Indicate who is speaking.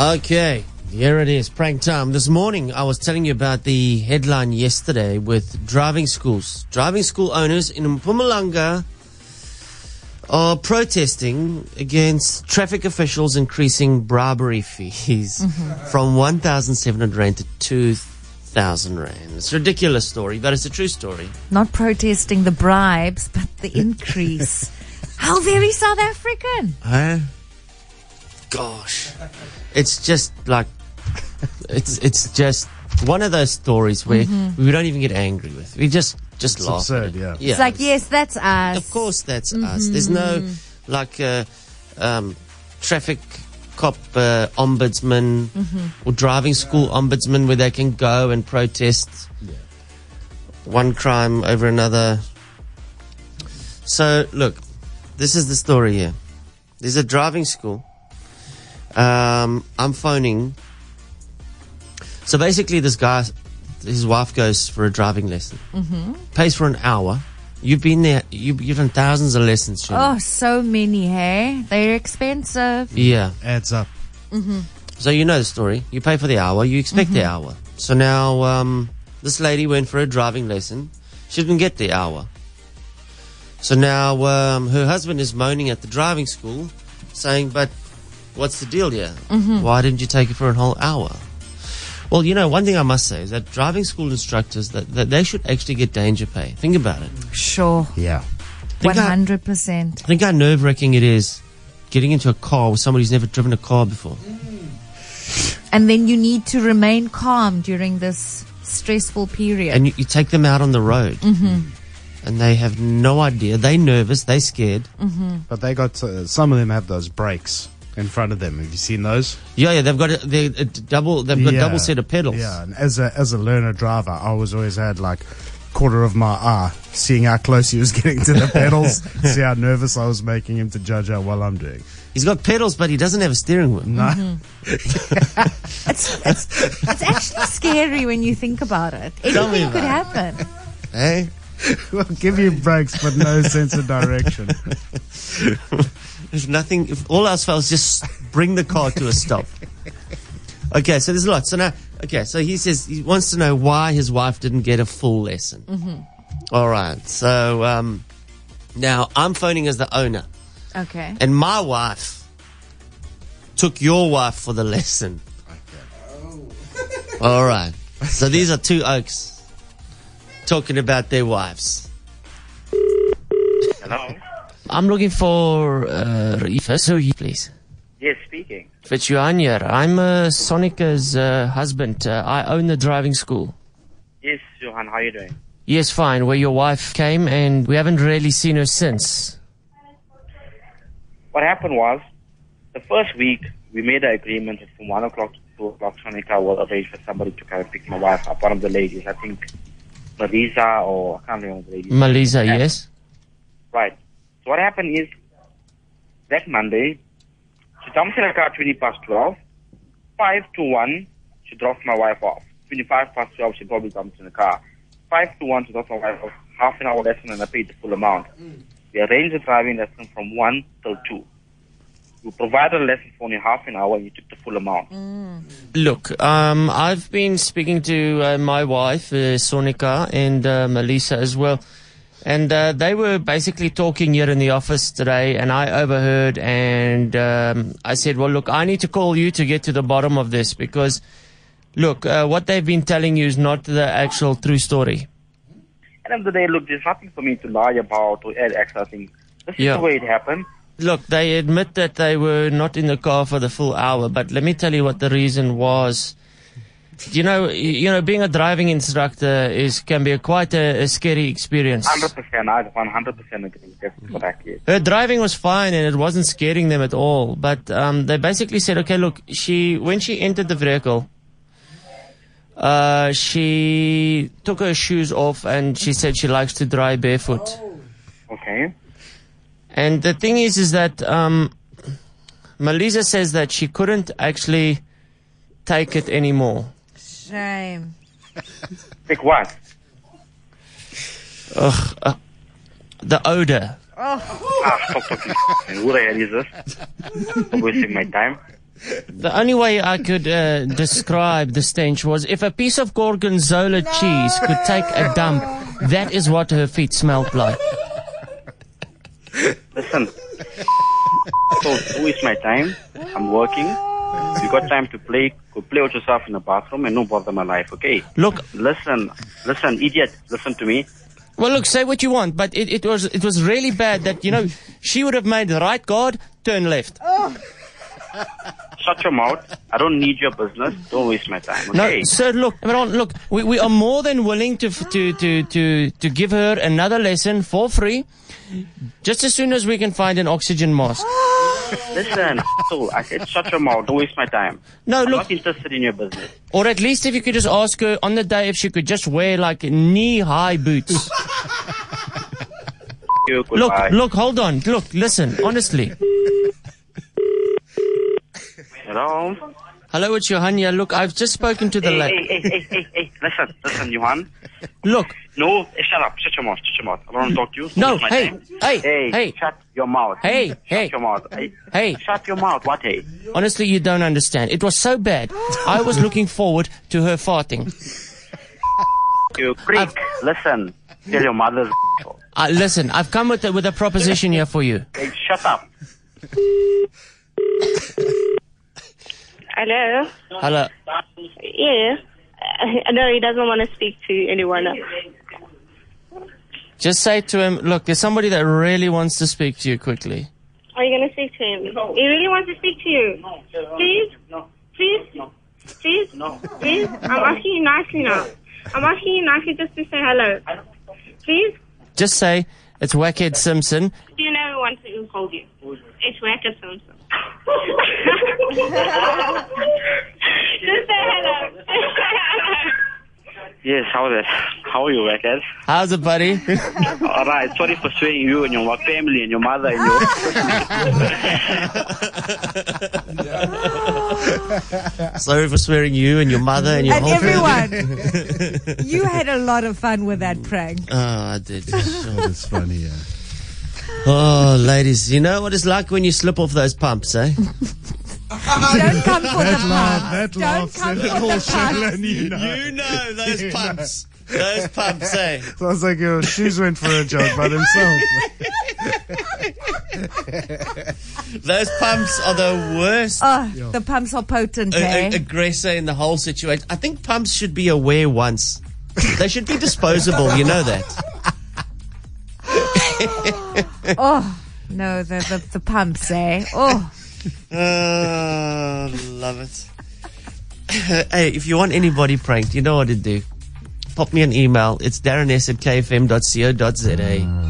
Speaker 1: Okay, here it is, prank time. This morning, I was telling you about the headline yesterday with driving schools. Driving school owners in Mpumalanga are protesting against traffic officials increasing bribery fees from 1,700 Rand to 2,000 Rand. It's a ridiculous story, but it's a true story.
Speaker 2: Not protesting the bribes, but the increase. How very South African.
Speaker 1: Huh? Gosh, it's just like it's it's just one of those stories where we don't even get angry with. We just just
Speaker 3: It's
Speaker 1: laugh. at
Speaker 3: absurd,
Speaker 1: it.
Speaker 3: yeah.
Speaker 1: yeah.
Speaker 2: Mm-hmm. It's like, Mm-hmm. yes, that's us.
Speaker 1: of course that's us. There's no like uh, um, traffic cop uh, ombudsman
Speaker 2: Mm-hmm.
Speaker 1: or driving school ombudsman where they can go and protest one crime over another. So look, this is the story here. There's a driving school. Um, I'm phoning. So basically, this guy, his wife goes for a driving lesson. Pays for an hour. You've been there. You, you've done thousands of lessons. Shirley.
Speaker 2: Oh, so many, hey? They're expensive.
Speaker 1: Yeah.
Speaker 3: Adds up.
Speaker 1: So you know the story. You pay for the hour. You expect the hour. So now um, this lady went for a driving lesson. She didn't get the hour. So now um, her husband is moaning at the driving school, saying, "But what's the deal here? Why didn't you take it for a whole hour?" Well, you know, one thing I must say is that driving school instructors that, that they should actually get danger pay. Think about it.
Speaker 2: Sure.
Speaker 3: Yeah.
Speaker 1: Think how-
Speaker 2: 100%.
Speaker 1: Think how nerve wracking it is getting into a car with somebody who's never driven a car before.
Speaker 2: And then you need to remain calm during this stressful period.
Speaker 1: and you, you take them out on the road and they have no idea they nervous they scared
Speaker 3: But they got, uh, some of them have those brakes in front of them. Have you seen those?
Speaker 1: yeah yeah they've got a, they, a double they've got double set of pedals
Speaker 3: Yeah, and as a as a learner driver, I was always had like quarter of my eye, seeing how close he was getting to the pedals, see how nervous I was making him to judge how well I'm doing.
Speaker 1: he's got pedals but he doesn't have a steering wheel
Speaker 3: No,
Speaker 2: It's, it's, it's actually scary when you think about it. Anything could happen.
Speaker 1: hey
Speaker 3: we'll give you brakes, but no sense of direction.
Speaker 1: if nothing if all else fails just bring the car to a stop okay so there's a lot so now okay so he says he wants to know why his wife didn't get a full lesson All right so um, now i'm phoning as the owner
Speaker 2: Okay.
Speaker 1: and my wife took your wife for the lesson. All right. So these are two oaks talking about their wives.
Speaker 4: Hello.
Speaker 5: I'm looking for uh, Ifeso, please.
Speaker 4: Yes, speaking.
Speaker 5: Fetchuanya, I'm uh, Sonica's uh, husband. Uh, I own the driving school.
Speaker 4: Yes, Johan, how are you doing?
Speaker 5: Yes, fine, where your wife came and we haven't really seen her since.
Speaker 4: What happened was, the first week we made an agreement that from one o'clock to two o'clock, Sonika will arrange for somebody to come and pick my wife up. One of the ladies, I think, Marisa or I can't remember the lady.
Speaker 5: Malisa, yes?
Speaker 4: Right. So what happened is that Monday, she dumped in her car twenty past twelve. Five to one, she dropped my wife off. Twenty five past twelve, she probably dumped in the car. Five to one, she dropped my wife off. Half an hour lesson, and I paid the full amount. We arranged the driving lesson from one till two. You provided a lesson for only half an hour, and you took the full amount.
Speaker 5: Look, um, I've been speaking to uh, my wife, uh, Sonica, and uh, Melissa as well. And uh, they were basically talking here in the office today, and I overheard. And um, I said, Well, look, I need to call you to get to the bottom of this because, look, uh, what they've been telling you is not the actual true story.
Speaker 4: At the end of the day, look, there's nothing for me to lie about or add extra things. This
Speaker 5: Yeah.
Speaker 4: is the way it happened.
Speaker 5: Look, they admit that they were not in the car for the full hour, but let me tell you what the reason was. You know, y- you know, being a driving instructor is can be a quite a, a scary experience.
Speaker 4: Hundred percent, I one hundred percent agree. That's correct. Yes.
Speaker 5: Her driving was fine and it wasn't scaring them at all. But um, they basically said, okay, look, she when she entered the vehicle, uh, she took her shoes off and she said she likes to drive barefoot.
Speaker 4: Okay.
Speaker 5: And the thing is, is that um, Melissa says that she couldn't actually take it anymore.
Speaker 2: Shame.
Speaker 4: Like what?
Speaker 5: The odor.
Speaker 4: Ah, stop talking. And who the hell is this? Stop wasting my time.
Speaker 1: The only way I could uh, describe the stench was if a piece of gorgonzola cheese could take a dump, that is what her feet smelled like.
Speaker 4: Listen, so who is my time? I'm working. You got time to play? Go play with yourself in the bathroom and don't bother my life, okay?
Speaker 1: Look,
Speaker 4: Listen, listen, idiot, listen to me.
Speaker 1: well, look, say what you want, but it, it was it was really bad that you know she would have made the right guard turn left.
Speaker 4: Shut your mouth. I don't need your business. Don't waste my time,
Speaker 1: No,
Speaker 4: okay?
Speaker 1: sir. Look, Imran, look. We, we are more than willing to, f- to to to to give her another lesson for free, just as soon as we can find an oxygen mask.
Speaker 4: Listen, so I said shut your mouth. Don't waste my time.
Speaker 1: No,
Speaker 4: I'm
Speaker 1: look-
Speaker 4: not interested in your business.
Speaker 1: Or at least if you could just ask her on the day if she could just wear like knee high boots.
Speaker 4: You,
Speaker 1: look,
Speaker 4: goodbye.
Speaker 1: look. Hold on. Look, listen. Honestly.
Speaker 4: Hello?
Speaker 1: Hello, it's Johanna. Look, I've just spoken to the
Speaker 4: Hey,
Speaker 1: lady.
Speaker 4: hey, hey, hey, hey, hey, listen, listen, Johan.
Speaker 1: Look,
Speaker 4: No, hey, shut up, shut your mouth, shut your mouth. I don't want to talk to you. Don't
Speaker 1: No,
Speaker 4: waste my
Speaker 1: hey,
Speaker 4: time.
Speaker 1: hey,
Speaker 4: hey,
Speaker 1: hey.
Speaker 4: shut your mouth.
Speaker 1: Hey,
Speaker 4: shut
Speaker 1: hey.
Speaker 4: your mouth. Hey,
Speaker 1: Hey.
Speaker 4: shut your mouth. What? Hey,
Speaker 1: honestly, you don't understand. It was so bad. I was looking forward to her farting.
Speaker 4: you prick. Listen, tell your mother's.
Speaker 1: Uh, listen, I've come with a, with a proposition here for you.
Speaker 4: Hey, shut up.
Speaker 6: Hello.
Speaker 1: Hello.
Speaker 6: Yeah. Uh, no, he doesn't want to speak to anyone.
Speaker 1: Just say to him, look, there's somebody that really wants to speak to you quickly.
Speaker 6: Are you going to speak to him? He really wants to speak to you. Please, please, please, please. I'm asking you nicely now. I'm asking you nicely just to say hello. Please.
Speaker 1: Just say, it's Wackhead Simpson.
Speaker 6: Do you know who wants to called you? It's Wacker Simpson. just say hello. Just say hello.
Speaker 4: Yes, how are How are you, Wackhead?
Speaker 1: How's it, buddy?
Speaker 4: All right, sorry for swearing you and your family and your mother and your.
Speaker 7: Sorry for swearing you and your mother and your
Speaker 2: And
Speaker 7: whole family.
Speaker 2: everyone, you had a lot of fun with that prank.
Speaker 7: Oh, I did.
Speaker 3: That's funny, yeah.
Speaker 7: Oh, ladies, you know what it's like when you slip off those pumps, eh?
Speaker 2: Don't come for the pub.
Speaker 3: laugh, Uh, that
Speaker 2: Don't
Speaker 3: laugh
Speaker 2: come
Speaker 3: said
Speaker 2: for
Speaker 3: it all,
Speaker 2: the pub.
Speaker 3: Shailen, you know.
Speaker 7: know
Speaker 3: You know.
Speaker 7: Those pumps, eh?
Speaker 3: So I was like, your shoes went for a joke by themselves.
Speaker 7: Those pumps are the worst
Speaker 2: Oh, the pumps are
Speaker 1: Uh,
Speaker 2: potent,
Speaker 7: a-
Speaker 2: eh?
Speaker 7: a- aggressor in the whole situation. I think pumps should be aware once. They should be disposable, you know that.
Speaker 2: Oh, no, the, the, the pumps, eh? Oh,
Speaker 7: Oh, love it. hey, if you want anybody pranked, you know what to do. Pop me an email. It's darren s at kfm.co.za.